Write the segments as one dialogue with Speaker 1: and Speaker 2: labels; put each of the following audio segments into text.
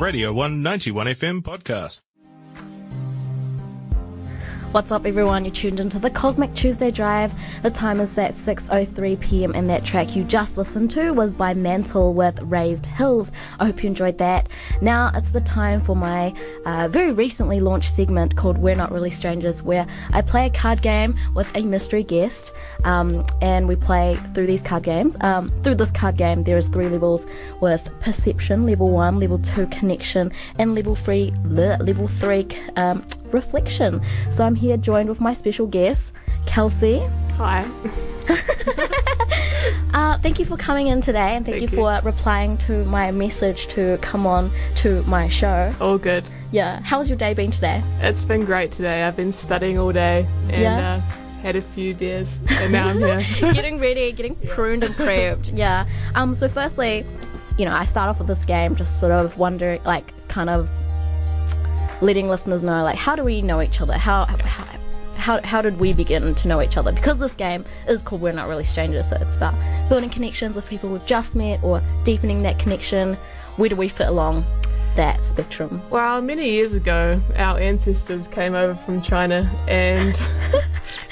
Speaker 1: Radio 191 FM podcast.
Speaker 2: What's up, everyone? You tuned into the Cosmic Tuesday Drive. The time is at 6:03 p.m. and that track you just listened to was by Mantle with Raised Hills. I hope you enjoyed that. Now it's the time for my uh, very recently launched segment called We're Not Really Strangers, where I play a card game with a mystery guest, um, and we play through these card games. Um, through this card game, there is three levels with perception level one, level two connection, and level three le- level three um, reflection. So I'm here joined with my special guest, Kelsey.
Speaker 3: Hi.
Speaker 2: Uh, thank you for coming in today and thank,
Speaker 3: Thank
Speaker 2: you, for
Speaker 3: you.
Speaker 2: replying to my message to come on to my show.
Speaker 3: All good.
Speaker 2: Yeah, how was your day been today?
Speaker 3: It's been great today. I've been studying all day and
Speaker 2: Yeah.
Speaker 3: uh, had a few beers, and now I'm here.
Speaker 2: getting ready, getting pruned and prepped. Yeah. Um. So firstly, you know, I start off with this game, just sort of wondering, like, kind of letting listeners know, like, how do we know each other? How how how, how did we begin to know each other? Because this game is called We're Not Really Strangers, so it's about building connections with people we've just met or deepening that connection. Where do we fit along that spectrum?
Speaker 3: well, many years ago, our ancestors came over from China, and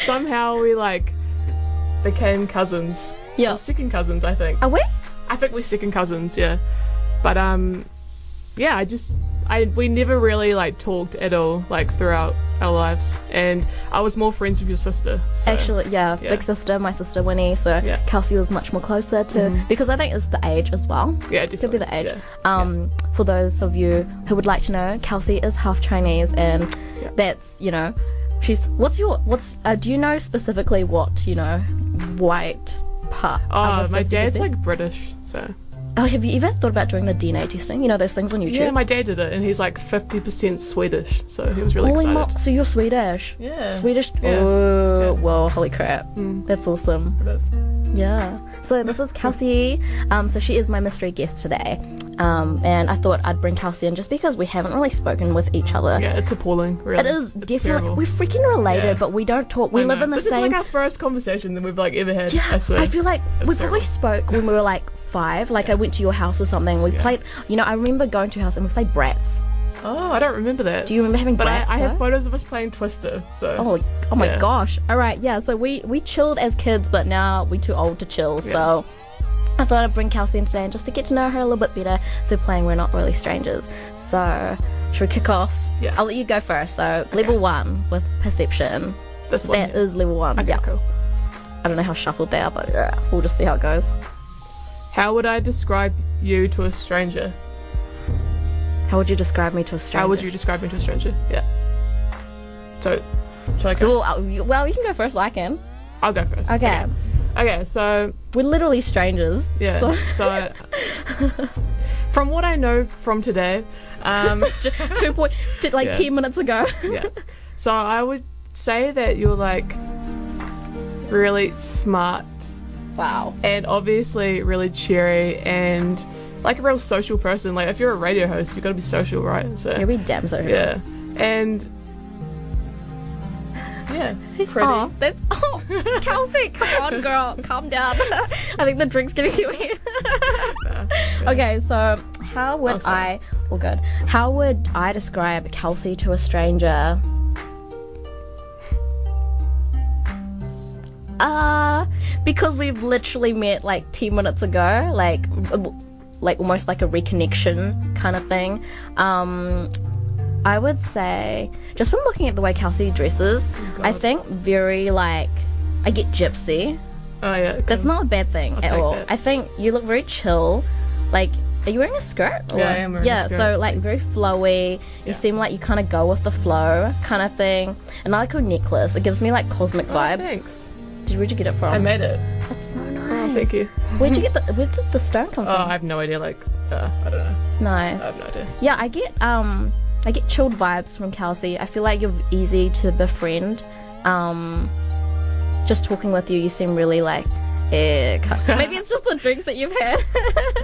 Speaker 3: somehow we like became cousins.
Speaker 2: Yeah. Oh.
Speaker 3: Or second cousins, I think.
Speaker 2: Are we?
Speaker 3: I think we're second cousins, yeah. But um, yeah, I just I we never really like talked at all like throughout our lives, and I was more friends with your sister. So.
Speaker 2: Actually, yeah,
Speaker 3: yeah.
Speaker 2: big sister, my sister Winnie, so
Speaker 3: Yeah. Mm-hmm.
Speaker 2: Kelsey was much more closer to because I think it's the age as well.
Speaker 3: yeah,
Speaker 2: Could be
Speaker 3: definitely.
Speaker 2: the age.
Speaker 3: yeah.
Speaker 2: Um, For those of you who would like to know, Kelsey is half Chinese, and
Speaker 3: Yeah.
Speaker 2: that's you know, she's what's your what's uh, do you know specifically what you know white part?
Speaker 3: Oh,
Speaker 2: other
Speaker 3: my
Speaker 2: 50%?
Speaker 3: dad's like British, so
Speaker 2: Oh, have you ever thought about doing the DNA testing? You know those things on YouTube.
Speaker 3: yeah, my dad did it, and he's like fifty percent Swedish, so he was really
Speaker 2: Holy
Speaker 3: excited.
Speaker 2: mo- so you're Swedish.
Speaker 3: Yeah.
Speaker 2: Swedish.
Speaker 3: Yeah. Mm.
Speaker 2: Oh, whoa! Holy crap. That's awesome. Yeah. So this is Kelsey. Um, so she is my mystery guest today. Um, and I thought I'd bring Kelsey in just because we haven't really spoken with each other.
Speaker 3: Yeah, it's appalling. Really,
Speaker 2: It is
Speaker 3: It's
Speaker 2: definitely
Speaker 3: terrible.
Speaker 2: we're freaking related,
Speaker 3: Yeah.
Speaker 2: but we don't talk. We
Speaker 3: I
Speaker 2: live
Speaker 3: know.
Speaker 2: in the
Speaker 3: this
Speaker 2: same.
Speaker 3: is like our first conversation that we've like ever had.
Speaker 2: yeah,
Speaker 3: I swear.
Speaker 2: feel like we
Speaker 3: It's
Speaker 2: probably spoke when we were like five. Like I went to your house or something. We played. You know, I remember going to your house and we played Bratz.
Speaker 3: oh, I don't remember that.
Speaker 2: Do you remember having
Speaker 3: But I,
Speaker 2: Bratz?
Speaker 3: I have
Speaker 2: though?
Speaker 3: photos of us playing Twister. So
Speaker 2: Oh, oh my
Speaker 3: Yeah.
Speaker 2: gosh. All right, yeah. So we we chilled as kids, but now we're too old to chill. So I thought I'd bring Kelsey in today and just to get to know her a little bit better through playing We're Not Really Strangers. So should we kick off?
Speaker 3: Yeah.
Speaker 2: I'll let you go first. So level one with perception.
Speaker 3: this one.
Speaker 2: That is
Speaker 3: here.
Speaker 2: level one.
Speaker 3: Okay,
Speaker 2: yeah.
Speaker 3: cool.
Speaker 2: I don't know how shuffled they are, but yeah, we'll just see how it goes.
Speaker 3: How would I describe you to a stranger?
Speaker 2: How would you describe me to a stranger?
Speaker 3: How would you describe me to a stranger? Yeah. So, shall I go?
Speaker 2: Well, uh, you- well, you can go first. I can.
Speaker 3: I'll go first.
Speaker 2: Okay.
Speaker 3: Okay, so
Speaker 2: We're literally strangers.
Speaker 3: Yeah.
Speaker 2: So,
Speaker 3: So, I, from what I know from today, um,
Speaker 2: two point, t- like
Speaker 3: Yeah.
Speaker 2: ten minutes ago.
Speaker 3: yeah. So I would say that you're like really smart
Speaker 2: wow.
Speaker 3: and obviously really cheery and like a real social person. Like if you're a radio host, you've got to be social, right? So
Speaker 2: You're damn so.
Speaker 3: yeah, and yeah, pretty.
Speaker 2: Oh, that's oh, Kelsey, come on, girl, calm down. I think the drink's getting to me. okay, so how would
Speaker 3: Oh,
Speaker 2: I?
Speaker 3: sorry.
Speaker 2: All good. How would I describe Kelsey to a stranger? Uh, because we've literally met like ten minutes ago, like, w- like almost like a reconnection kind of thing. Um, I would say, just from looking at the way Kelsey dresses,
Speaker 3: Oh,
Speaker 2: I think very like I get gypsy.
Speaker 3: Oh yeah.
Speaker 2: That's not a bad thing at
Speaker 3: take
Speaker 2: all.
Speaker 3: that.
Speaker 2: I think you look very chill. Like, are you wearing a skirt? Or?
Speaker 3: Yeah, I am wearing a
Speaker 2: Yeah, so
Speaker 3: skirt.
Speaker 2: like very flowy. You seem like you kind of go with the flow kind of thing. And I like your necklace. It gives me like cosmic
Speaker 3: Oh,
Speaker 2: vibes.
Speaker 3: thanks.
Speaker 2: Did where'd you get it from?
Speaker 3: I made it.
Speaker 2: That's so
Speaker 3: Oh,
Speaker 2: nice.
Speaker 3: thank you.
Speaker 2: Where'd you get the where did the stone come
Speaker 3: Oh,
Speaker 2: from?
Speaker 3: I have no idea. Like, uh, I don't know.
Speaker 2: It's nice.
Speaker 3: I have no idea.
Speaker 2: Yeah, I get um I get chilled vibes from Kelsey. I feel like you're easy to befriend. Um just talking with you, you seem really like eh, ca- maybe it's just the drinks that you've had.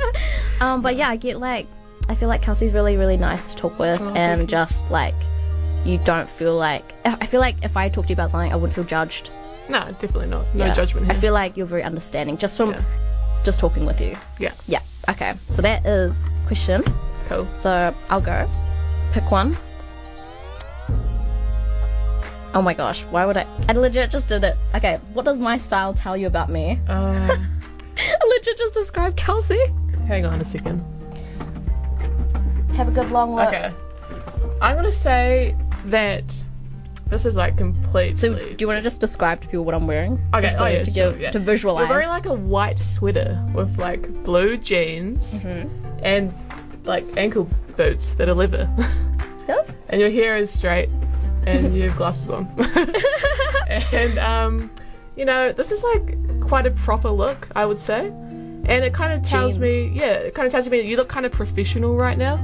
Speaker 2: um but yeah, I get like I feel like Kelsey's really really nice to talk
Speaker 3: Oh,
Speaker 2: with and just like you don't feel like I I feel like if I talked to you about something, I wouldn't feel judged.
Speaker 3: No, definitely not. No
Speaker 2: Yeah.
Speaker 3: judgment
Speaker 2: I
Speaker 3: here.
Speaker 2: feel like you're very understanding just from
Speaker 3: Yeah.
Speaker 2: just talking with you.
Speaker 3: yeah.
Speaker 2: Yeah. Okay. So that is question
Speaker 3: Cool.
Speaker 2: So I'll go. Pick one. Oh my gosh, why would I? I legit just did it. Okay, what does my style tell you about me?
Speaker 3: Uh,
Speaker 2: I legit just described Kelsey.
Speaker 3: hang on a second.
Speaker 2: Have a good long look.
Speaker 3: Okay. I'm gonna say that this is like completely.
Speaker 2: So, do you want to just describe to people what I'm wearing?
Speaker 3: Okay,
Speaker 2: Just so
Speaker 3: oh, yeah,
Speaker 2: to,
Speaker 3: sure,
Speaker 2: give-
Speaker 3: yeah.
Speaker 2: to visualize.
Speaker 3: You're wearing like a white sweater with like blue jeans
Speaker 2: Mm-hmm.
Speaker 3: and like ankle boots that are leather,
Speaker 2: Yep.
Speaker 3: and your hair is straight, and you have glasses on, and um, you know this is like quite a proper look, I would say, and it kind of tells me, yeah, it kind of tells me that you look kind of professional right now,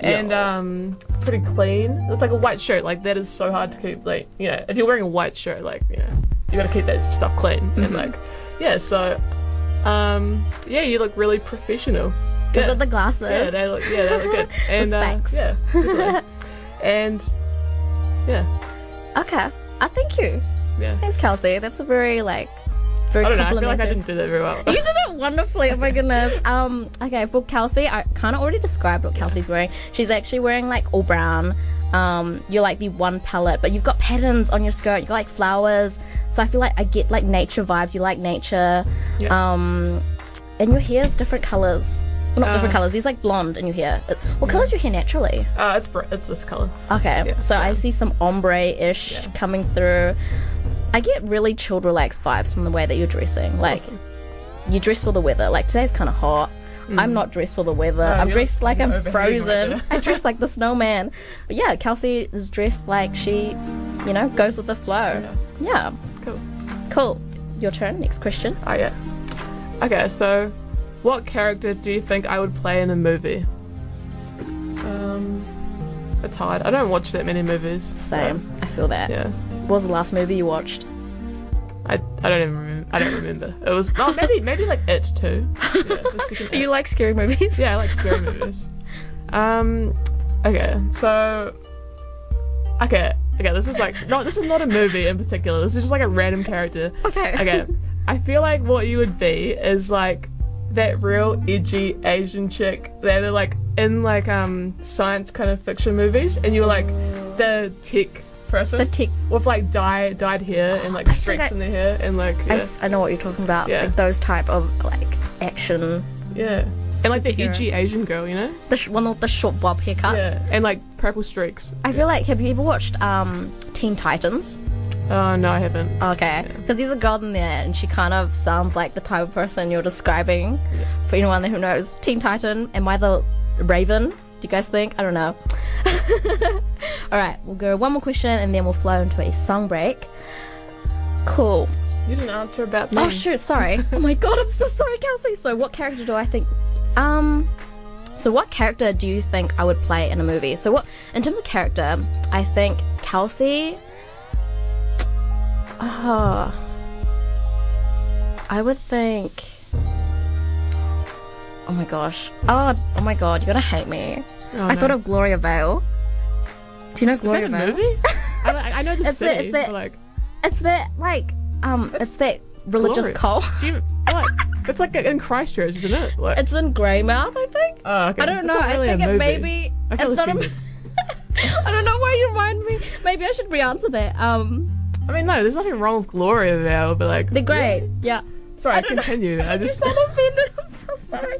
Speaker 3: and
Speaker 2: Yeah.
Speaker 3: um, pretty clean. It's like a white shirt, like that is so hard to keep, like you know, if you're wearing a white shirt, like you know, you gotta keep that stuff clean and like, yeah, so. Um, yeah, you look really professional.
Speaker 2: Those
Speaker 3: Yeah.
Speaker 2: are the glasses.
Speaker 3: Yeah, they look, yeah, they look good. And uh,
Speaker 2: Thanks.
Speaker 3: yeah, good one. and yeah,
Speaker 2: Okay. I thank you.
Speaker 3: yeah.
Speaker 2: Thanks, Kelsey. That's a very like very
Speaker 3: I don't know. I feel like I
Speaker 2: complimentary-
Speaker 3: didn't do that very well.
Speaker 2: You did it wonderfully. Oh my goodness. Um. Okay. For Kelsey, I kind of already described what Kelsey's wearing. She's actually wearing like all brown. Um. You're like the one palette, but you've got patterns on your skirt. You got like flowers. So I feel like I get like nature vibes. You like nature.
Speaker 3: Yeah.
Speaker 2: Um. And your hair is different colors. Well, not different
Speaker 3: Uh.
Speaker 2: colors. These like blonde in your hair. Uh, What colors your hair naturally?
Speaker 3: Uh, it's br- it's this color.
Speaker 2: Okay,
Speaker 3: Yeah,
Speaker 2: so I see some ombre-ish
Speaker 3: Yeah.
Speaker 2: coming through. I get really chilled, relaxed vibes from the way that you're dressing. Like,
Speaker 3: Awesome.
Speaker 2: you dress for the weather. Like today's kind of hot. I'm not dressed for the weather. I'm
Speaker 3: Mm. you're-
Speaker 2: dressed like
Speaker 3: you're
Speaker 2: I'm
Speaker 3: overheating right
Speaker 2: frozen.
Speaker 3: now.
Speaker 2: I dress like the snowman. But yeah, Kelsey is dressed like she, you know, goes with the flow. Yeah,
Speaker 3: Cool.
Speaker 2: cool. Your turn. Next question.
Speaker 3: Oh yeah. Okay, so what character do you think I would play in a movie? Um, it's hard. I don't watch that many movies. so,
Speaker 2: Same. I feel that.
Speaker 3: yeah.
Speaker 2: What was the last movie you watched?
Speaker 3: I, I don't even remember. I don't remember. It was oh maybe maybe like It too. Yeah, the second It.
Speaker 2: You like scary movies?
Speaker 3: Yeah, I like scary movies. Um, okay, so okay, okay. This is like no, this is not a movie in particular. This is just like a random character.
Speaker 2: Okay.
Speaker 3: Okay, I feel like what you would be is like that real edgy Asian chick that are like in like um science kind of fiction movies, and you're like the tech person.
Speaker 2: The tech.
Speaker 3: with like dye dyed hair and like
Speaker 2: I think
Speaker 3: streaks
Speaker 2: I-
Speaker 3: in their hair and like
Speaker 2: I,
Speaker 3: yeah,
Speaker 2: I know what you're talking about.
Speaker 3: Yeah.
Speaker 2: Like those type of like action
Speaker 3: yeah. and like the
Speaker 2: Superhero. Uh,
Speaker 3: edgy Asian girl, you know.
Speaker 2: the sh- one with the short bob haircut.
Speaker 3: Yeah, and like purple streaks.
Speaker 2: I feel like have you ever watched um, Teen Titans?
Speaker 3: Oh no, I haven't.
Speaker 2: Okay, because there's a girl in there and she kind of sounds like the type of person you're describing. For anyone who knows Teen Titan, am I the Raven? Do you guys think? I don't know. All right, we'll go one more question and then we'll flow into a song break. Cool.
Speaker 3: You didn't answer about me.
Speaker 2: Oh shoot, sorry. oh my god, I'm so sorry, Kelsey. So what character do I think um so what character do you think I would play in a movie? So what in terms of character, I think Kelsey Oh I would think Oh my gosh. Oh, oh my god, you're gonna hate me.
Speaker 3: Oh,
Speaker 2: I
Speaker 3: no.
Speaker 2: thought of Gloria Vale. Do you know
Speaker 3: Is that
Speaker 2: Gloria
Speaker 3: a
Speaker 2: Vale?
Speaker 3: movie? I, I I know the
Speaker 2: It's the-
Speaker 3: city,
Speaker 2: it's the-
Speaker 3: but like
Speaker 2: It's that like um it's that religious
Speaker 3: Gloria.
Speaker 2: cult.
Speaker 3: do you I like it's like in Christchurch, isn't it? Like
Speaker 2: It's in Greymouth, I think.
Speaker 3: oh, okay.
Speaker 2: I don't
Speaker 3: It's
Speaker 2: know.
Speaker 3: not really
Speaker 2: I think
Speaker 3: a
Speaker 2: it
Speaker 3: movie.
Speaker 2: may be.
Speaker 3: I feel
Speaker 2: It's not a.
Speaker 3: offended.
Speaker 2: I don't know why you remind me. Maybe I should re-answer that. Um,
Speaker 3: I mean, no, there's nothing wrong with Gloria Vale, but like
Speaker 2: they're great. Yeah.
Speaker 3: Sorry,
Speaker 2: I don't know.
Speaker 3: continue. I
Speaker 2: You
Speaker 3: just
Speaker 2: sound offended. I'm so sorry.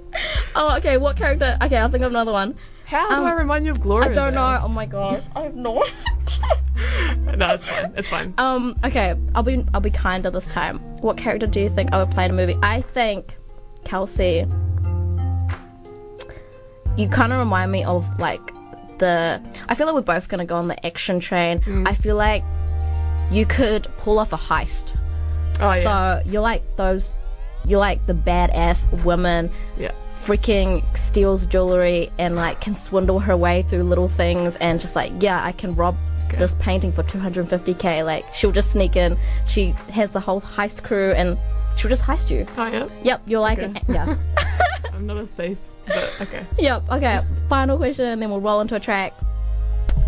Speaker 2: Oh, okay. What character? Okay, I'll think of another one.
Speaker 3: how
Speaker 2: Um,
Speaker 3: do I remind you of Gloria?
Speaker 2: I don't know.
Speaker 3: Vale?
Speaker 2: Oh my god. I have no.
Speaker 3: No, it's fine. It's fine.
Speaker 2: um. Okay. I'll be. I'll be kinder this time. What character do you think I would play in a movie? I think, Kelsey. you kind of remind me of like the I feel like we're both gonna go on the action train.
Speaker 3: Mm.
Speaker 2: I feel like you could pull off a heist.
Speaker 3: Oh yeah,
Speaker 2: So you're like those you're like the badass woman
Speaker 3: yeah.
Speaker 2: freaking steals jewelry and like can swindle her way through little things and just like yeah i can rob this painting for 250k like she'll just sneak in she has the whole heist crew and she'll just heist you
Speaker 3: Oh yeah.
Speaker 2: yep you're like
Speaker 3: Okay.
Speaker 2: an, yeah
Speaker 3: I'm not a thief, but okay.
Speaker 2: Yep. Okay. Final question, and then we'll roll into a track.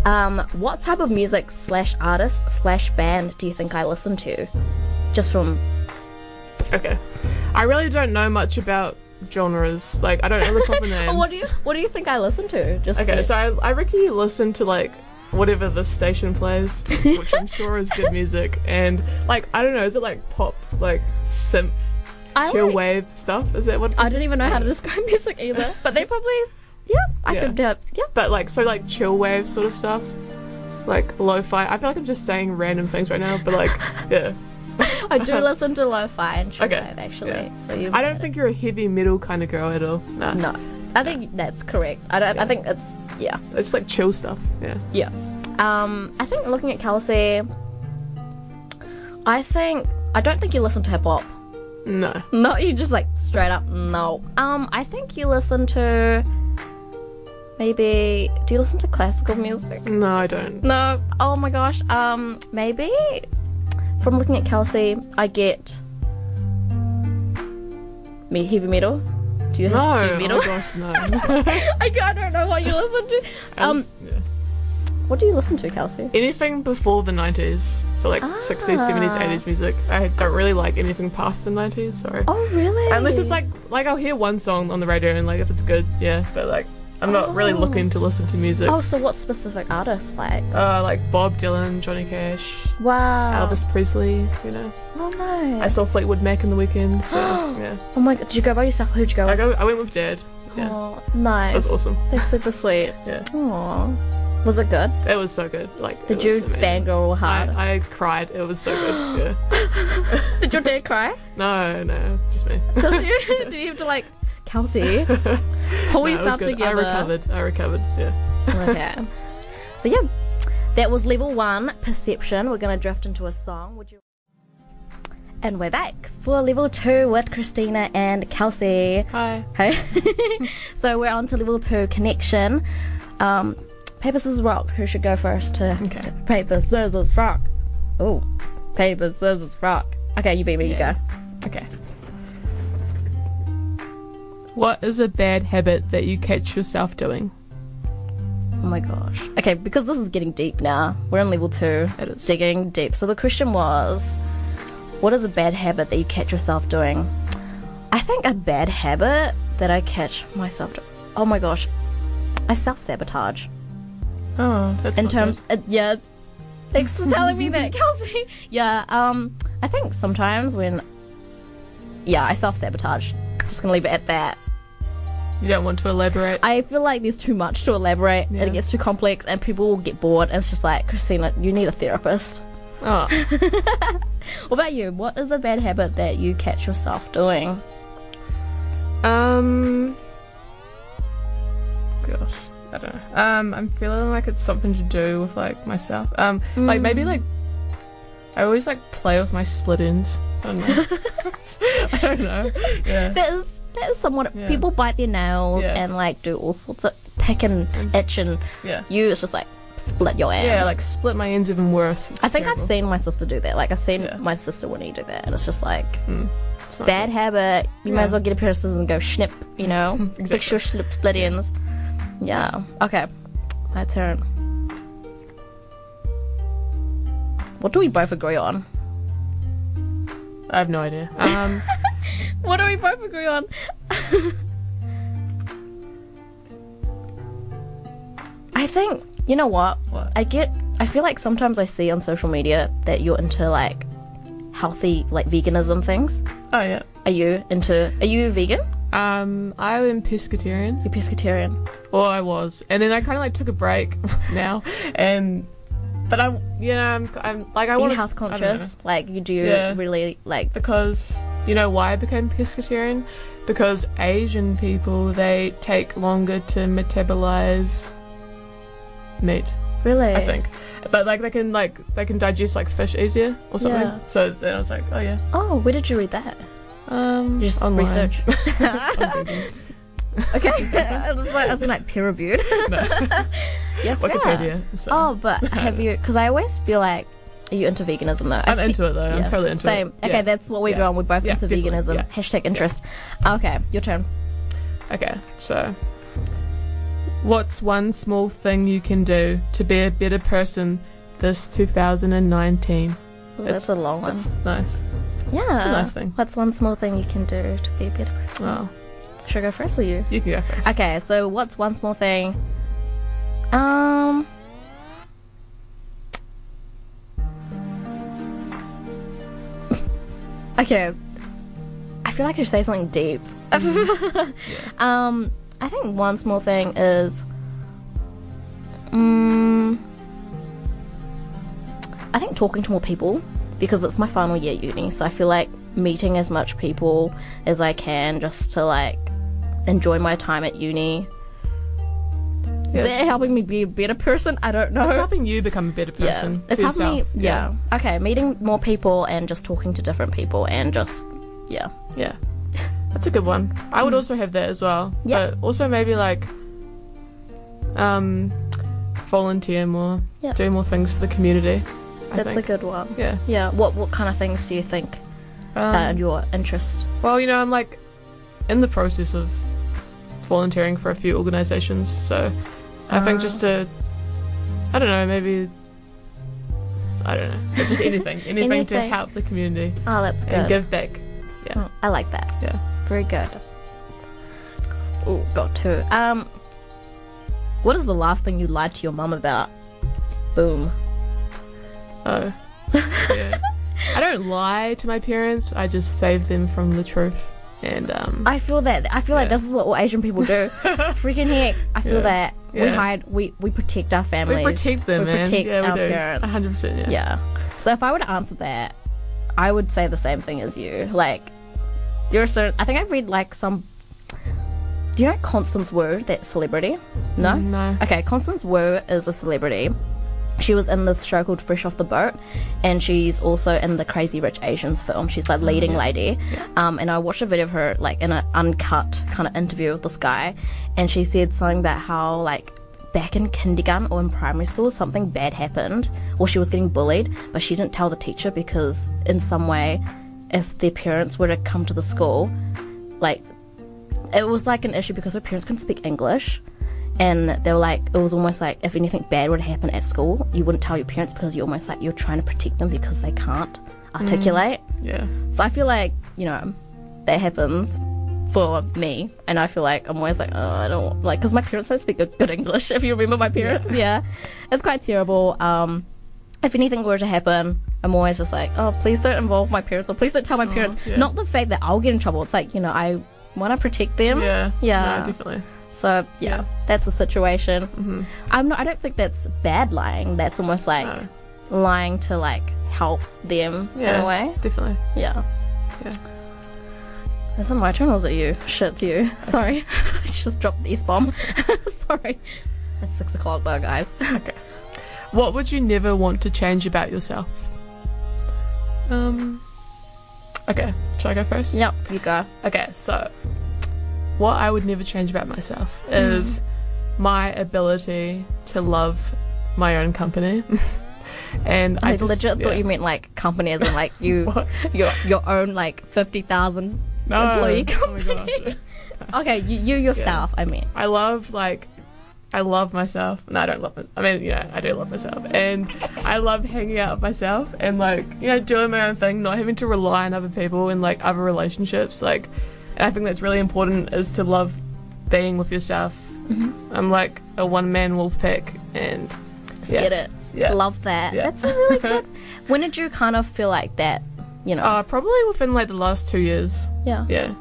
Speaker 2: Um, what type of music slash artist slash band do you think I listen to? Just from
Speaker 3: Okay. I really don't know much about genres. Like I don't know the proper names.
Speaker 2: what do you What do you think I listen to? Just
Speaker 3: Okay,
Speaker 2: the-
Speaker 3: so I, I reckon you listen to like whatever this station plays, which I'm sure is good music, and like I don't know, is it like pop, like synth,
Speaker 2: I
Speaker 3: chill
Speaker 2: like-
Speaker 3: wave stuff? Is that what?
Speaker 2: I don't even know how to describe music either, but they probably. Yeah, I
Speaker 3: Yeah.
Speaker 2: could do it. Yeah,
Speaker 3: But like so, like chill wave sort of stuff, like lo-fi. I feel like I'm just saying random things right now, but like yeah,
Speaker 2: I do listen to lo-fi and chill
Speaker 3: Okay,
Speaker 2: wave actually.
Speaker 3: yeah.
Speaker 2: So you
Speaker 3: I don't think you're a heavy metal kind of girl at all. Nah,
Speaker 2: No, I think that's correct. I don't. I think it's yeah,
Speaker 3: it's just like chill stuff. Yeah,
Speaker 2: yeah. Um, I think looking at Kelsey, I think I don't think you listen to hip hop.
Speaker 3: no,
Speaker 2: No, you just like straight up no. Um, I think you listen to maybe. Do you listen to classical music?
Speaker 3: no, I don't.
Speaker 2: No. Oh my gosh. Um, maybe from looking at Kelsey, I get me heavy metal. Do you
Speaker 3: No,
Speaker 2: have
Speaker 3: oh
Speaker 2: heavy
Speaker 3: my
Speaker 2: metal?
Speaker 3: gosh, no.
Speaker 2: I can't- I don't know what you listen to. Um,
Speaker 3: Yeah.
Speaker 2: what do you listen to, Kelsey?
Speaker 3: anything before the 90s so like 60s 70s
Speaker 2: Ah.
Speaker 3: 80s music i don't really like anything past the 90s sorry
Speaker 2: Oh, really?
Speaker 3: unless it's like like i'll hear one song on the radio and like if it's good yeah but like i'm not really
Speaker 2: Oh.
Speaker 3: looking to listen to music
Speaker 2: Oh, so what specific artists like?
Speaker 3: uh like bob dylan johnny cash
Speaker 2: Wow.
Speaker 3: elvis presley you know
Speaker 2: Oh
Speaker 3: i
Speaker 2: nice.
Speaker 3: saw fleetwood mac in the weekend so yeah
Speaker 2: Oh my god, did you go by yourself? Who'd you go
Speaker 3: i
Speaker 2: with?
Speaker 3: go i went with dad yeah
Speaker 2: Oh,
Speaker 3: that
Speaker 2: nice.
Speaker 3: was awesome
Speaker 2: They're super sweet.
Speaker 3: yeah
Speaker 2: Aw. Was it good?
Speaker 3: it was so good like
Speaker 2: Did
Speaker 3: it
Speaker 2: you
Speaker 3: was amazing.
Speaker 2: fangirl hard?
Speaker 3: I, I cried it was so good yeah
Speaker 2: Did your dad cry?
Speaker 3: no no just me
Speaker 2: Does you? Did you have to like, Kelsey, pull
Speaker 3: No, it was
Speaker 2: yourself
Speaker 3: good.
Speaker 2: together?
Speaker 3: I recovered. I recovered. Yeah.
Speaker 2: okay. So yeah, that was level one perception. We're gonna drift into a song. Would you? And we're back for level two with Christina and Kelsey.
Speaker 3: Hi.
Speaker 2: Hey. so we're on to level two connection. Um, paper scissors rock. Who should go first? To
Speaker 3: Okay.
Speaker 2: paper scissors rock. Oh, paper scissors rock. Okay, you beat me.
Speaker 3: Yeah. Okay. What is a bad habit that you catch yourself doing?
Speaker 2: You go. Oh my gosh. Okay, because this is getting deep now. We're on level two.
Speaker 3: It is.
Speaker 2: Digging deep. So the question was, what is a bad habit that you catch yourself doing? I think a bad habit that I catch myself. Do- oh my gosh, I self sabotage.
Speaker 3: Oh, that's
Speaker 2: in
Speaker 3: not
Speaker 2: terms
Speaker 3: good.
Speaker 2: uh, yeah thanks for telling me that kelsey yeah um i think sometimes when yeah i self-sabotage just gonna leave it at that
Speaker 3: you don't want to elaborate.
Speaker 2: i feel like there's too much to elaborate and
Speaker 3: Yeah.
Speaker 2: it gets too complex and people will get bored and it's just like christina you need a therapist
Speaker 3: oh,
Speaker 2: what about you what is a bad habit that you catch yourself doing
Speaker 3: um, gosh, I don't know. Um, I'm feeling like it's something to do with like myself. Um, like
Speaker 2: Mm.
Speaker 3: maybe like I always like play with my split ends. I don't know. I don't know. Yeah.
Speaker 2: that is that is somewhat
Speaker 3: Yeah.
Speaker 2: people bite their nails
Speaker 3: Yeah.
Speaker 2: and like do all sorts of pick and itch and
Speaker 3: Yeah.
Speaker 2: you it's just like split your ass
Speaker 3: Yeah, like split my ends even worse. It's
Speaker 2: I think
Speaker 3: terrible.
Speaker 2: I've seen my sister do that. Like I've seen
Speaker 3: Yeah. Hmm.
Speaker 2: my sister when you do that, and it's just like
Speaker 3: It's not
Speaker 2: bad habit. You might
Speaker 3: Yeah.
Speaker 2: as well get a pair of scissors and go snip. You know, fix
Speaker 3: Exactly.
Speaker 2: your snip split ends. Yeah. Okay, my turn. What do we both agree on?
Speaker 3: I have no idea. Um,
Speaker 2: What do we both agree on? I think you know what?
Speaker 3: What?
Speaker 2: I get I feel like sometimes I see on social media that you're into like healthy like veganism things.
Speaker 3: oh yeah.
Speaker 2: Are you into are you vegan?
Speaker 3: Um, I am pescatarian,
Speaker 2: You're pescatarian.
Speaker 3: or I was, and then I kind of like took a break now, and but I'm, you know, I'm, I'm like I
Speaker 2: Are
Speaker 3: want
Speaker 2: you health conscious? Like you do
Speaker 3: Yeah.
Speaker 2: really like
Speaker 3: because you know why I became pescatarian, because Asian people they take longer to metabolize meat.
Speaker 2: really
Speaker 3: I think. But like they can like they can digest like fish easier or something.
Speaker 2: Yeah.
Speaker 3: So then I was like, oh yeah.
Speaker 2: Oh, where did you read that?
Speaker 3: Um,
Speaker 2: You just
Speaker 3: online.
Speaker 2: research.
Speaker 3: On Google.
Speaker 2: Okay. it was like, as in like peer reviewed. yeah, fair.
Speaker 3: Wikipedia. So.
Speaker 2: Oh, but have you? Because I always feel like, are you into veganism though? I
Speaker 3: I'm into it, though. I'm totally into
Speaker 2: Same.
Speaker 3: it.
Speaker 2: Okay,
Speaker 3: Yeah.
Speaker 2: that's what we're
Speaker 3: Yeah.
Speaker 2: doing. We're both
Speaker 3: Yeah,
Speaker 2: into
Speaker 3: definitely.
Speaker 2: veganism.
Speaker 3: Yeah.
Speaker 2: Hashtag interest. Okay, your turn.
Speaker 3: Okay, so what's one small thing you can do to be a better person this 2019?
Speaker 2: Well, that's, a long one.
Speaker 3: That's nice.
Speaker 2: Yeah. That's
Speaker 3: a nice thing.
Speaker 2: What's one small thing you can do to be a better person?
Speaker 3: Wow.
Speaker 2: Should I go first or you?
Speaker 3: You can go first.
Speaker 2: Okay, so what's one small thing? Um. Okay. I feel like I should say something deep. um, I think one small thing is. Um, I think talking to more people because it's my final year at uni, so I feel like meeting as much people as I can just to like enjoy my time at uni.
Speaker 3: Yeah,
Speaker 2: Is it helping me be a better person? I don't know.
Speaker 3: It's helping you become a better
Speaker 2: yeah.
Speaker 3: person.
Speaker 2: It's
Speaker 3: for
Speaker 2: helping me.
Speaker 3: yourself.
Speaker 2: Yeah. Okay, meeting more people and just talking to different people and just yeah. Mm.
Speaker 3: Yeah. That's a good one. I would also have that as well.
Speaker 2: Yeah.
Speaker 3: But also maybe like um volunteer more.
Speaker 2: Yeah.
Speaker 3: Do more things for the community. I
Speaker 2: That's a
Speaker 3: think.
Speaker 2: good Uh, one.
Speaker 3: yeah.
Speaker 2: Yeah. What what kind of things do you think
Speaker 3: Um,
Speaker 2: that are your interest?
Speaker 3: well, you know, I'm like in the process of volunteering for a few organizations, so I
Speaker 2: Uh.
Speaker 3: think just to I don't know, maybe I don't know. but Just anything. Anything, to
Speaker 2: Anything.
Speaker 3: help the community
Speaker 2: Oh, that's good.
Speaker 3: and give back. Yeah.
Speaker 2: Oh, I like that.
Speaker 3: Yeah.
Speaker 2: Very good. Oh, got two. Um, what is the last thing you lied to your mum about? Boom.
Speaker 3: Oh. Yeah. I don't lie to my parents. I just save them from the truth. And um
Speaker 2: I feel that. I feel like
Speaker 3: Yeah.
Speaker 2: this is what all Asian people do. Freaking heck! I feel
Speaker 3: Yeah.
Speaker 2: that we
Speaker 3: Yeah.
Speaker 2: hide. We we protect our families.
Speaker 3: we protect them,
Speaker 2: We
Speaker 3: man.
Speaker 2: protect
Speaker 3: yeah, we
Speaker 2: our
Speaker 3: do.
Speaker 2: parents.
Speaker 3: 100%, yeah.
Speaker 2: Yeah. So if I were to answer that, I would say the same thing as you. Like, there are certain. I think I read like some. Do you know Constance Wu, that celebrity? No.
Speaker 3: No.
Speaker 2: Okay, Constance Wu is a celebrity. She was in this show called Fresh Off the Boat, and she's also in the Crazy Rich Asians film. She's like leading lady. Um, and I watched a video of her like in an uncut kind of interview with this guy, and she said something about how like back in kindergarten or in primary school something bad happened, or she was getting bullied, but she didn't tell the teacher because in some way, if their parents were to come to the school, like it was like an issue because her parents couldn't speak English. And they were like, it was almost like if anything bad would happen at school, you wouldn't tell your parents because you're almost like you're trying to protect them because they can't articulate.
Speaker 3: Yeah.
Speaker 2: So I feel like, you know, that happens for me. And I feel like I'm always like, oh, I don't like, because my parents don't speak good, good English, if you remember my parents. Yeah. It's quite terrible. Um, if anything were to happen, I'm always just like, oh, please don't involve my parents or please don't tell my parents.
Speaker 3: Oh, yeah.
Speaker 2: Not the fact that I'll get in trouble. It's like, you know, I want to protect them.
Speaker 3: Yeah.
Speaker 2: Yeah.
Speaker 3: No, definitely.
Speaker 2: So yeah,
Speaker 3: Yeah. Mm-hmm.
Speaker 2: that's the situation. I'm not. I don't think that's bad lying. That's almost like lying to like help them in
Speaker 3: Yeah.
Speaker 2: a way.
Speaker 3: Definitely.
Speaker 2: Yeah.
Speaker 3: Yeah.
Speaker 2: Is it my turn or is it you? Shit, it's you. Sorry, I just dropped the s bomb. Sorry. It's six o'clock though, guys.
Speaker 3: Okay. What would you never want to change about yourself? Um Okay, shall I go first?
Speaker 2: yep, you go.
Speaker 3: Okay, so what I would never change about myself
Speaker 2: Mm.
Speaker 3: is my ability to love my own company. and I
Speaker 2: I
Speaker 3: just,
Speaker 2: legit
Speaker 3: yeah.
Speaker 2: thought you meant like company as in like you,
Speaker 3: What?
Speaker 2: your your own like fifty thousand
Speaker 3: no.
Speaker 2: employee
Speaker 3: Oh my
Speaker 2: company.
Speaker 3: gosh.
Speaker 2: okay, you, you yourself. I mean,
Speaker 3: I love like I love myself. No, I don't love myself. I mean, you know, I do love myself. And I love hanging out with myself and like, you know, doing my own thing, not having to rely on other people and like other relationships. Like and I think that's really important is to love being with yourself.
Speaker 2: Mm-hmm.
Speaker 3: I'm like a one man wolf pack and
Speaker 2: just
Speaker 3: yeah.
Speaker 2: get it.
Speaker 3: Yeah.
Speaker 2: Love that.
Speaker 3: Yeah.
Speaker 2: That's a really good. when did you kind of feel like that? You know.
Speaker 3: Uh, probably within like the last two years.
Speaker 2: yeah.
Speaker 3: Yeah.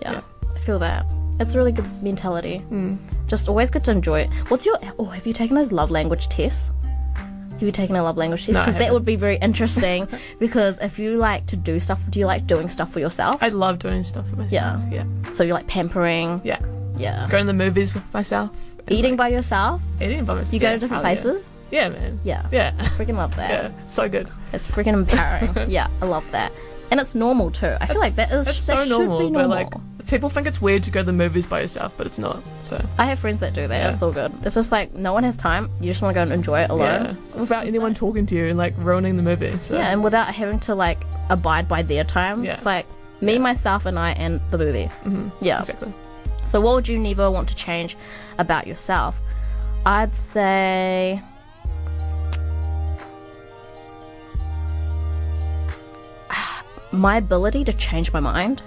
Speaker 2: Yeah.
Speaker 3: Yeah. Mm.
Speaker 2: I feel that. That's a really good mentality. Just always good to enjoy it. What's your. Oh, have you taken those love language tests? Have you taken a love language test?
Speaker 3: No, I
Speaker 2: Because that
Speaker 3: haven't.
Speaker 2: would be very interesting. because if you like to do stuff, do you like doing stuff for yourself?
Speaker 3: I love doing stuff for myself.
Speaker 2: Yeah.
Speaker 3: Yeah.
Speaker 2: so you like pampering.
Speaker 3: Yeah.
Speaker 2: Yeah.
Speaker 3: Going to the movies with myself. and,
Speaker 2: Eating
Speaker 3: like,
Speaker 2: by yourself.
Speaker 3: eating by myself.
Speaker 2: You go to different places.
Speaker 3: Yeah, man.
Speaker 2: Yeah.
Speaker 3: Yeah.
Speaker 2: Freaking love that.
Speaker 3: Yeah, so good.
Speaker 2: It's freaking empowering. yeah, I love that. And it's normal too. I feel like that is
Speaker 3: It's
Speaker 2: that
Speaker 3: so
Speaker 2: should
Speaker 3: normal,
Speaker 2: be normal.
Speaker 3: but like people think it's weird to go to the movies by yourself, but it's not. So
Speaker 2: I have friends that do that.
Speaker 3: Yeah.
Speaker 2: It's all good. It's just like no one has time. You just want to go and enjoy it
Speaker 3: yeah,
Speaker 2: alone. It's
Speaker 3: without
Speaker 2: just
Speaker 3: anyone
Speaker 2: like-
Speaker 3: talking to you and like ruining the movie. So
Speaker 2: yeah, and without having to like abide by their time.
Speaker 3: Yeah.
Speaker 2: It's like me, myself, and I, and the movie. Mm-hmm. Yeah.
Speaker 3: exactly.
Speaker 2: So what would you never want to change about yourself? I'd say. My ability to change my mind.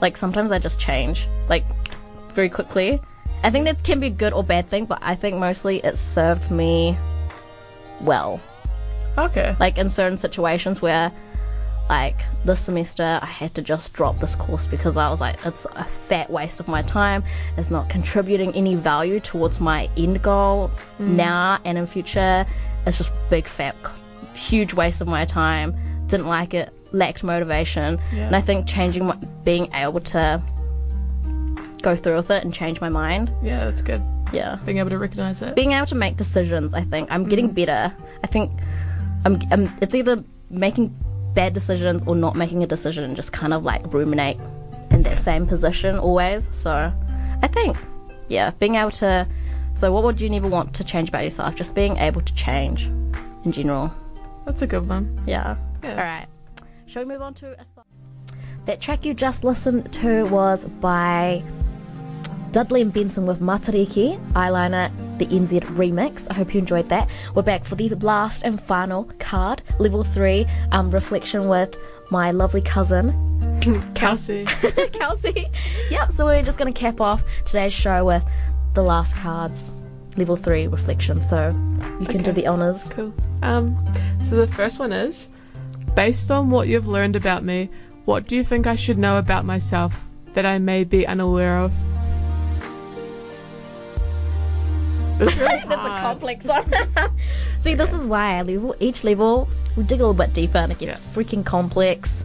Speaker 2: Like sometimes I just change. Like very quickly. I think that can be a good or bad thing, but I think mostly it served me well.
Speaker 3: Okay.
Speaker 2: Like in certain situations where, like this semester, I had to just drop this course because I was like, it's a fat waste of my time. It's not contributing any value towards my end goal now and in future. It's just big fat, c- huge waste of my time. Didn't like it. Lacked motivation.
Speaker 3: Yeah.
Speaker 2: And I think changing, my, being able to go through with it and change my mind.
Speaker 3: Yeah, that's good.
Speaker 2: Yeah.
Speaker 3: Being able to recognize that.
Speaker 2: Being able to make decisions, I think. I'm getting better. I think I'm, I'm it's either making bad decisions or not making a decision and just kind of like ruminate in that same position always. So I think yeah, being able to so what would you never want to change about yourself? Just being able to change in general.
Speaker 3: That's a good one.
Speaker 2: Yeah.
Speaker 3: Yeah.
Speaker 2: All right. Shall we move on to a song? That track you just listened to was by Dudley and Benson with Matariki Eyeliner, the NZ remix. I hope you enjoyed that. We're back for the last and final card, level three, um, reflection with my lovely cousin
Speaker 3: Kelsey.
Speaker 2: Kelsey. Yep, so we're just going to cap off today's show with the last cards, level three reflection. So you can do
Speaker 3: Okay.
Speaker 2: the honours.
Speaker 3: cool. Um, so the first one is based on what you've learned about me, what do you think I should know about myself that I may be unaware of? That's really
Speaker 2: That's a
Speaker 3: hard.
Speaker 2: complex one. See, this is why I level each level we dig a little bit deeper and it gets
Speaker 3: Yeah.
Speaker 2: freaking complex.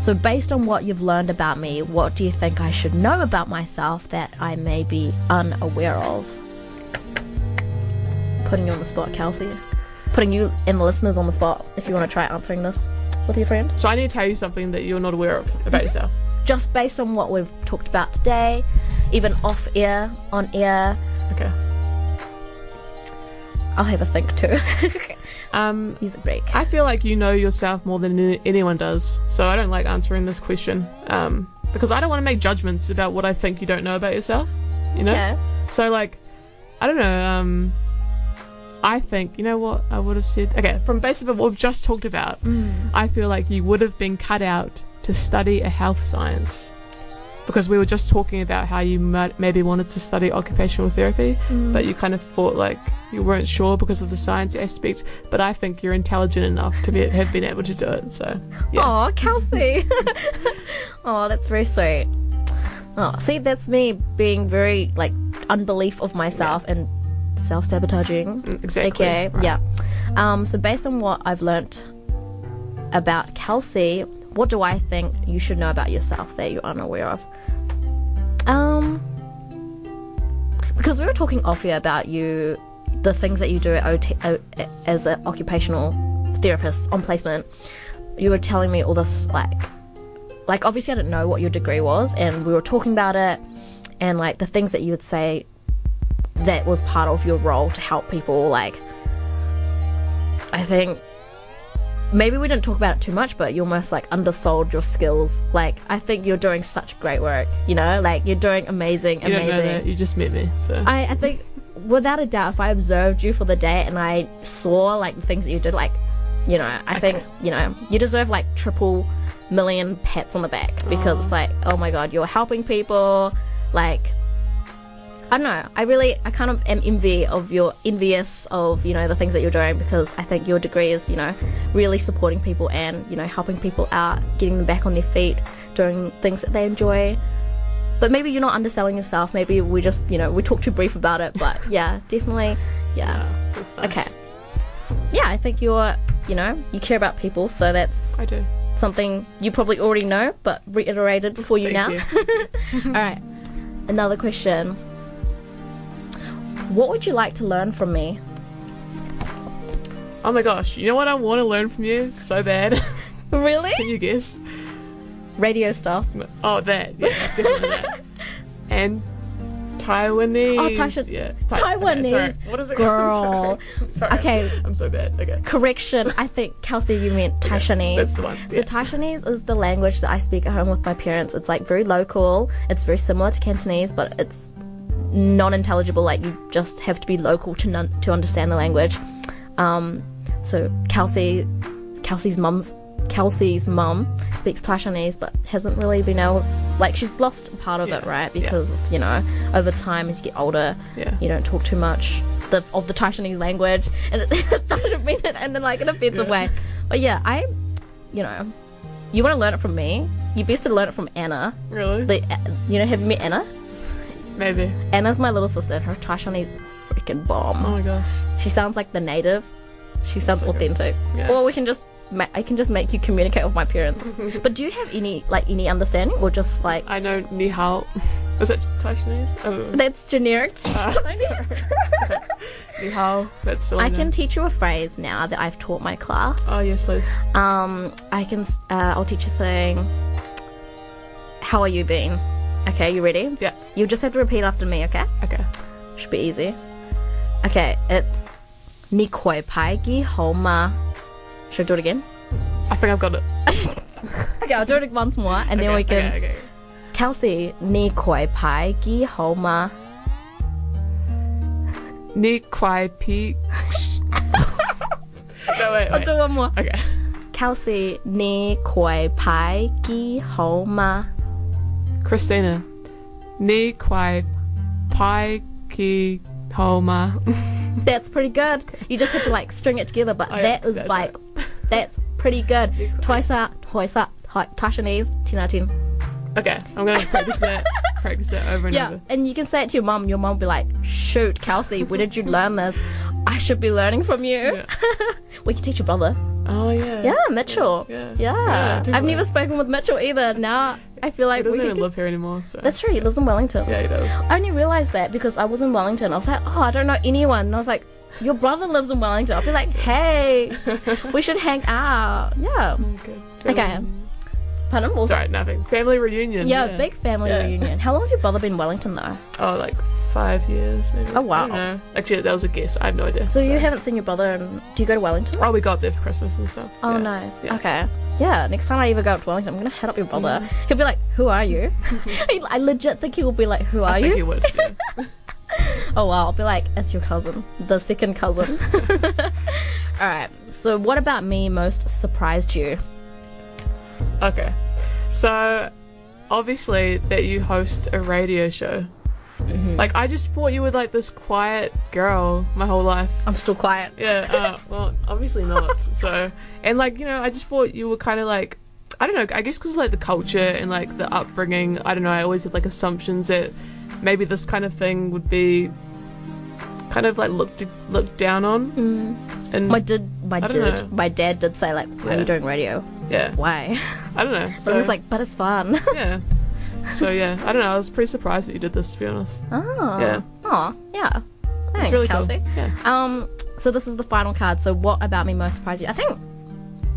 Speaker 2: So based on what you've learned about me, what do you think I should know about myself that I may be unaware of? Putting you on the spot, Kelsey. Putting you and the listeners on the spot if you want to try answering this with your friend.
Speaker 3: So I need to tell you something that you're not aware of about yourself.
Speaker 2: Just based on what we've talked about today, even off air, on air,
Speaker 3: Okay.
Speaker 2: I'll have a think too.
Speaker 3: Um,
Speaker 2: Use a break.
Speaker 3: I feel like you know yourself more than any- anyone does, so I don't like answering this question um, because I don't want to make judgments about what I think you don't know about yourself. You know.
Speaker 2: Yeah.
Speaker 3: So like, I don't know. Um, I think you know what I would have said. Okay, from based on what we've just talked about,
Speaker 2: Mm.
Speaker 3: I feel like you would have been cut out to study a health science because we were just talking about how you might, maybe wanted to study occupational therapy,
Speaker 2: Mm.
Speaker 3: but you kind of thought like you weren't sure because of the science aspect. But I think you're intelligent enough to be, have been able to do it. So yeah,
Speaker 2: Aw, Kelsey. Aw, that's very sweet. Oh, see, that's me being very like unbelief of myself and self sabotaging.
Speaker 3: Mm, exactly.
Speaker 2: Okay,
Speaker 3: Right.
Speaker 2: yeah. Um, so based on what I've learnt about Kelsey, what do I think you should know about yourself that you're unaware of? Um, because we were talking off air about you, the things that you do at OT, o, uh, as an occupational therapist on placement. You were telling me all this like, like obviously I didn't know what your degree was, and we were talking about it, and like the things that you would say that was part of your role to help people. Like, I think maybe we didn't talk about it too much, but you almost like undersold your skills. Like, I think you're doing such great work. You know, like you're doing amazing,
Speaker 3: You don't
Speaker 2: amazing.
Speaker 3: know that. You just met me. So
Speaker 2: I, I think without a doubt, if I observed you for the day and I saw like the things that you did, like you know, I think you know you deserve like triple million pats on the back because it's like, oh my god, you're helping people. Like I don't know, I really I kind of am envy of your envious of you know the things that you're doing because I think your degree is you know really supporting people and you know helping people out, getting them back on their feet, doing things that they enjoy. But maybe you're not underselling yourself. Maybe we just, you know, we talk too brief about it. But yeah, definitely, yeah.
Speaker 3: yeah, that's nice.
Speaker 2: Okay. Yeah, I think you're, you know, you care about people, so that's
Speaker 3: I do.
Speaker 2: something you probably already know, but reiterated for you now.
Speaker 3: Thank
Speaker 2: All right, another question. What would you like to learn from me?
Speaker 3: Oh my gosh, you know what I want to learn from you so bad? Can
Speaker 2: Really?
Speaker 3: you guess?
Speaker 2: Radio stuff.
Speaker 3: Oh, that. Yeah, definitely that. And Taiwanese.
Speaker 2: Oh, Taiwan-
Speaker 3: Yeah.
Speaker 2: Taiwanese.
Speaker 3: Okay, sorry. What is it
Speaker 2: Girl.
Speaker 3: called? Sorry. I'm sorry.
Speaker 2: Okay.
Speaker 3: I'm so bad. Okay.
Speaker 2: Correction, I think Kelsey, you meant Taishanese.
Speaker 3: That's the one.
Speaker 2: So
Speaker 3: yeah.
Speaker 2: Taishanese is the language that I speak at home with my parents. It's like very local. It's very similar to Cantonese, but it's non-intelligible. Like you just have to be local to nun- to understand the language. Um, so Kelsey, Kelsey's mum's Kelsey's mum speaks Taishanese but hasn't really been able, like, she's lost part of it,
Speaker 3: Yeah,
Speaker 2: right?
Speaker 3: yeah.
Speaker 2: Because, you know, over time as you get older,
Speaker 3: Yeah.
Speaker 2: you don't talk too much the, of the Taishanese language. And it doesn't mean it in like an offensive
Speaker 3: Yeah.
Speaker 2: way. But yeah, I, you know, you want to learn it from me, you best to learn it from Anna.
Speaker 3: Really?
Speaker 2: The, you know, have you met Anna?
Speaker 3: Maybe.
Speaker 2: Anna's my little sister and her Taishanese is freaking bomb.
Speaker 3: Oh my gosh.
Speaker 2: She sounds like the native. She sounds
Speaker 3: okay.
Speaker 2: authentic.
Speaker 3: Yeah.
Speaker 2: Or we can just ma- I can just make you communicate with my parents. but do you have any like any understanding or just like
Speaker 3: I know Ni Hao. Is that Oh, Taishanese? I don't know.
Speaker 2: that's generic?
Speaker 3: Ah,
Speaker 2: Chinese.
Speaker 3: Ni Hao. That's all
Speaker 2: I
Speaker 3: know.
Speaker 2: can teach you a phrase now that I've taught my class.
Speaker 3: Oh yes, please.
Speaker 2: Um, I can s- uh, I'll teach you saying, "How are you being?" Okay, you ready?
Speaker 3: Yeah.
Speaker 2: You just have to repeat after me. Okay.
Speaker 3: Okay.
Speaker 2: Should be easy. Okay, it's ni koi pai gi homa. Should I do it again?
Speaker 3: I think I've got it.
Speaker 2: Okay, I'll do it once more, and then
Speaker 3: okay,
Speaker 2: we can.
Speaker 3: Okay, okay.
Speaker 2: Kelsey, ni koi pai gi homa.
Speaker 3: Ni Kwai Pi. no wait.
Speaker 2: I'll
Speaker 3: wait.
Speaker 2: do one more.
Speaker 3: Okay.
Speaker 2: Kelsey, ni koi pai gi homa.
Speaker 3: Christina. Ni Kwai Pai Ki Homa.
Speaker 2: That's pretty good. You just have to like string it together, but
Speaker 3: Oh, yeah,
Speaker 2: that is
Speaker 3: that's
Speaker 2: like, that's pretty good. Twice up, twice up, Tashanese, 10 out of 10.
Speaker 3: Okay, I'm gonna practice that. Practice that over and
Speaker 2: Yeah,
Speaker 3: over.
Speaker 2: and you can say it to your mum. Your mum will be like, shoot, Kelsey, where did you learn this? I should be learning from you. we can teach your brother.
Speaker 3: Oh yeah.
Speaker 2: Yeah, Mitchell.
Speaker 3: Yeah. Yeah,
Speaker 2: Yeah. I've
Speaker 3: definitely.
Speaker 2: never spoken with Mitchell either. Now I feel
Speaker 3: He
Speaker 2: like we
Speaker 3: doesn't
Speaker 2: could
Speaker 3: even live here anymore, so.
Speaker 2: That's true. He lives in Wellington.
Speaker 3: yeah, he does.
Speaker 2: I only realised that because I was in Wellington. I was like, oh, I don't know anyone. And I was like, your brother lives in Wellington. I'll be like, hey, we should hang out. Yeah.
Speaker 3: Okay.
Speaker 2: Okay. Pardon? Also,
Speaker 3: Sorry, nothing. Family reunion.
Speaker 2: yeah, big family
Speaker 3: Yeah.
Speaker 2: reunion. How long has your brother been in Wellington though?
Speaker 3: Oh, like five years maybe.
Speaker 2: Oh, wow.
Speaker 3: I don't know. Actually, that was a guess. I have no idea.
Speaker 2: So you haven't seen your brother and do you go to Wellington?
Speaker 3: Oh, we got up there for Christmas and stuff.
Speaker 2: Oh,
Speaker 3: Yeah.
Speaker 2: nice.
Speaker 3: Yeah.
Speaker 2: Okay. Yeah, next time I ever go up to Wellington, I'm gonna hit up your brother.
Speaker 3: Mm-hmm.
Speaker 2: He'll be like, "Who are you?" He- I legit think he will be like, "Who are
Speaker 3: I
Speaker 2: you?"
Speaker 3: think he would. Yeah.
Speaker 2: Oh wow, I'll be like, it's your cousin. The second cousin. Alright, so what about me most surprised you?
Speaker 3: Okay. So, obviously, that you host a radio show. Like, I just thought you were like this quiet girl my whole life.
Speaker 2: I'm still quiet.
Speaker 3: Yeah, uh, well, obviously not. So, and like, you know, I just thought you were kind of like, I don't know, I guess because like the culture and like the upbringing, I don't know, I always had like assumptions that maybe this kind of thing would be kind of like looked looked down on. Mm. And
Speaker 2: My did my
Speaker 3: I don't
Speaker 2: did
Speaker 3: know.
Speaker 2: my dad did say like, why are
Speaker 3: Yeah.
Speaker 2: you doing radio?
Speaker 3: yeah,
Speaker 2: Why?
Speaker 3: I don't know.
Speaker 2: So I was like, but it's fun.
Speaker 3: yeah. So yeah, I don't know. I was pretty surprised that you did this, to be honest.
Speaker 2: oh.
Speaker 3: Yeah.
Speaker 2: Aw, yeah. Thanks,
Speaker 3: really cool.
Speaker 2: Kelsey.
Speaker 3: Yeah.
Speaker 2: Um so this is the final card, so what about me most surprised you? I think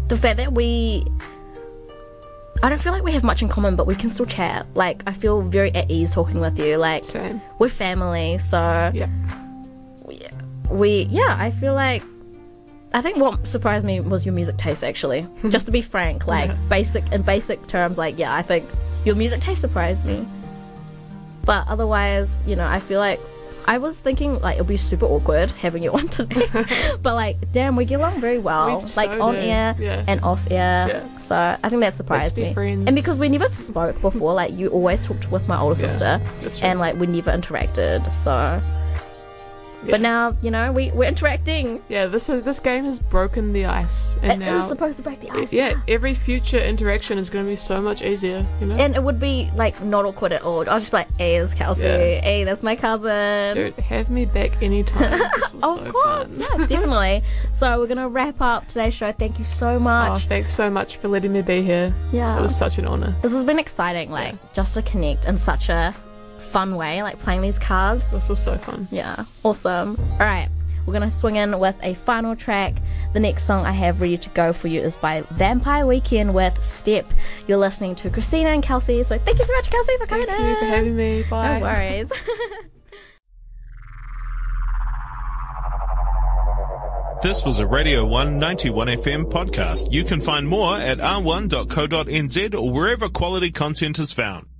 Speaker 2: the fact that we I don't feel like we have much in common, but we can still chat. Like I feel very at ease talking with you. Like
Speaker 3: Same.
Speaker 2: we're family, so
Speaker 3: Yeah.
Speaker 2: we yeah i feel like i think what surprised me was your music taste actually just to be frank like
Speaker 3: Yeah.
Speaker 2: basic in basic terms like yeah i think your music taste surprised me but otherwise you know i feel like i was thinking like it'll be super awkward having you on today but like damn we get along very well
Speaker 3: We so
Speaker 2: like on
Speaker 3: do,
Speaker 2: air
Speaker 3: yeah.
Speaker 2: and off air
Speaker 3: Yeah.
Speaker 2: so i think that surprised
Speaker 3: be
Speaker 2: me
Speaker 3: friends.
Speaker 2: and because we never spoke before like you always talked with my older
Speaker 3: Yeah, that's
Speaker 2: sister
Speaker 3: true.
Speaker 2: and like we never interacted so
Speaker 3: Yeah.
Speaker 2: but now, you know, we, we're interacting.
Speaker 3: Yeah. This is this game has broken the ice, and
Speaker 2: it
Speaker 3: now
Speaker 2: is supposed to break the ice.
Speaker 3: yeah, every future interaction is going to be so much easier. You know.
Speaker 2: And it would be, like, not awkward at all. I'll just be like, hey, it's Kelsey.
Speaker 3: Yeah.
Speaker 2: Hey, that's my cousin.
Speaker 3: Dude, have me back anytime. This was
Speaker 2: of
Speaker 3: so
Speaker 2: course.
Speaker 3: fun.
Speaker 2: Yeah, definitely. so we're going to wrap up today's show. Thank you so
Speaker 3: Oh,
Speaker 2: much.
Speaker 3: thanks so much for letting me be here.
Speaker 2: yeah.
Speaker 3: It was such an honor.
Speaker 2: This has been exciting, like, just to connect in such a fun way, like playing these cards.
Speaker 3: This was so fun.
Speaker 2: Yeah, awesome. All right, we're gonna swing in with a final track. The next song I have ready to go for you is by Vampire Weekend with Step. You're listening to Christina and Kelsey, so thank you so much, Kelsey, for coming
Speaker 3: Thank you for
Speaker 2: in.
Speaker 3: having me. Bye.
Speaker 2: no worries.
Speaker 1: This was a Radio 191 FM podcast. You can find more at r1.co.nz or wherever quality content is found.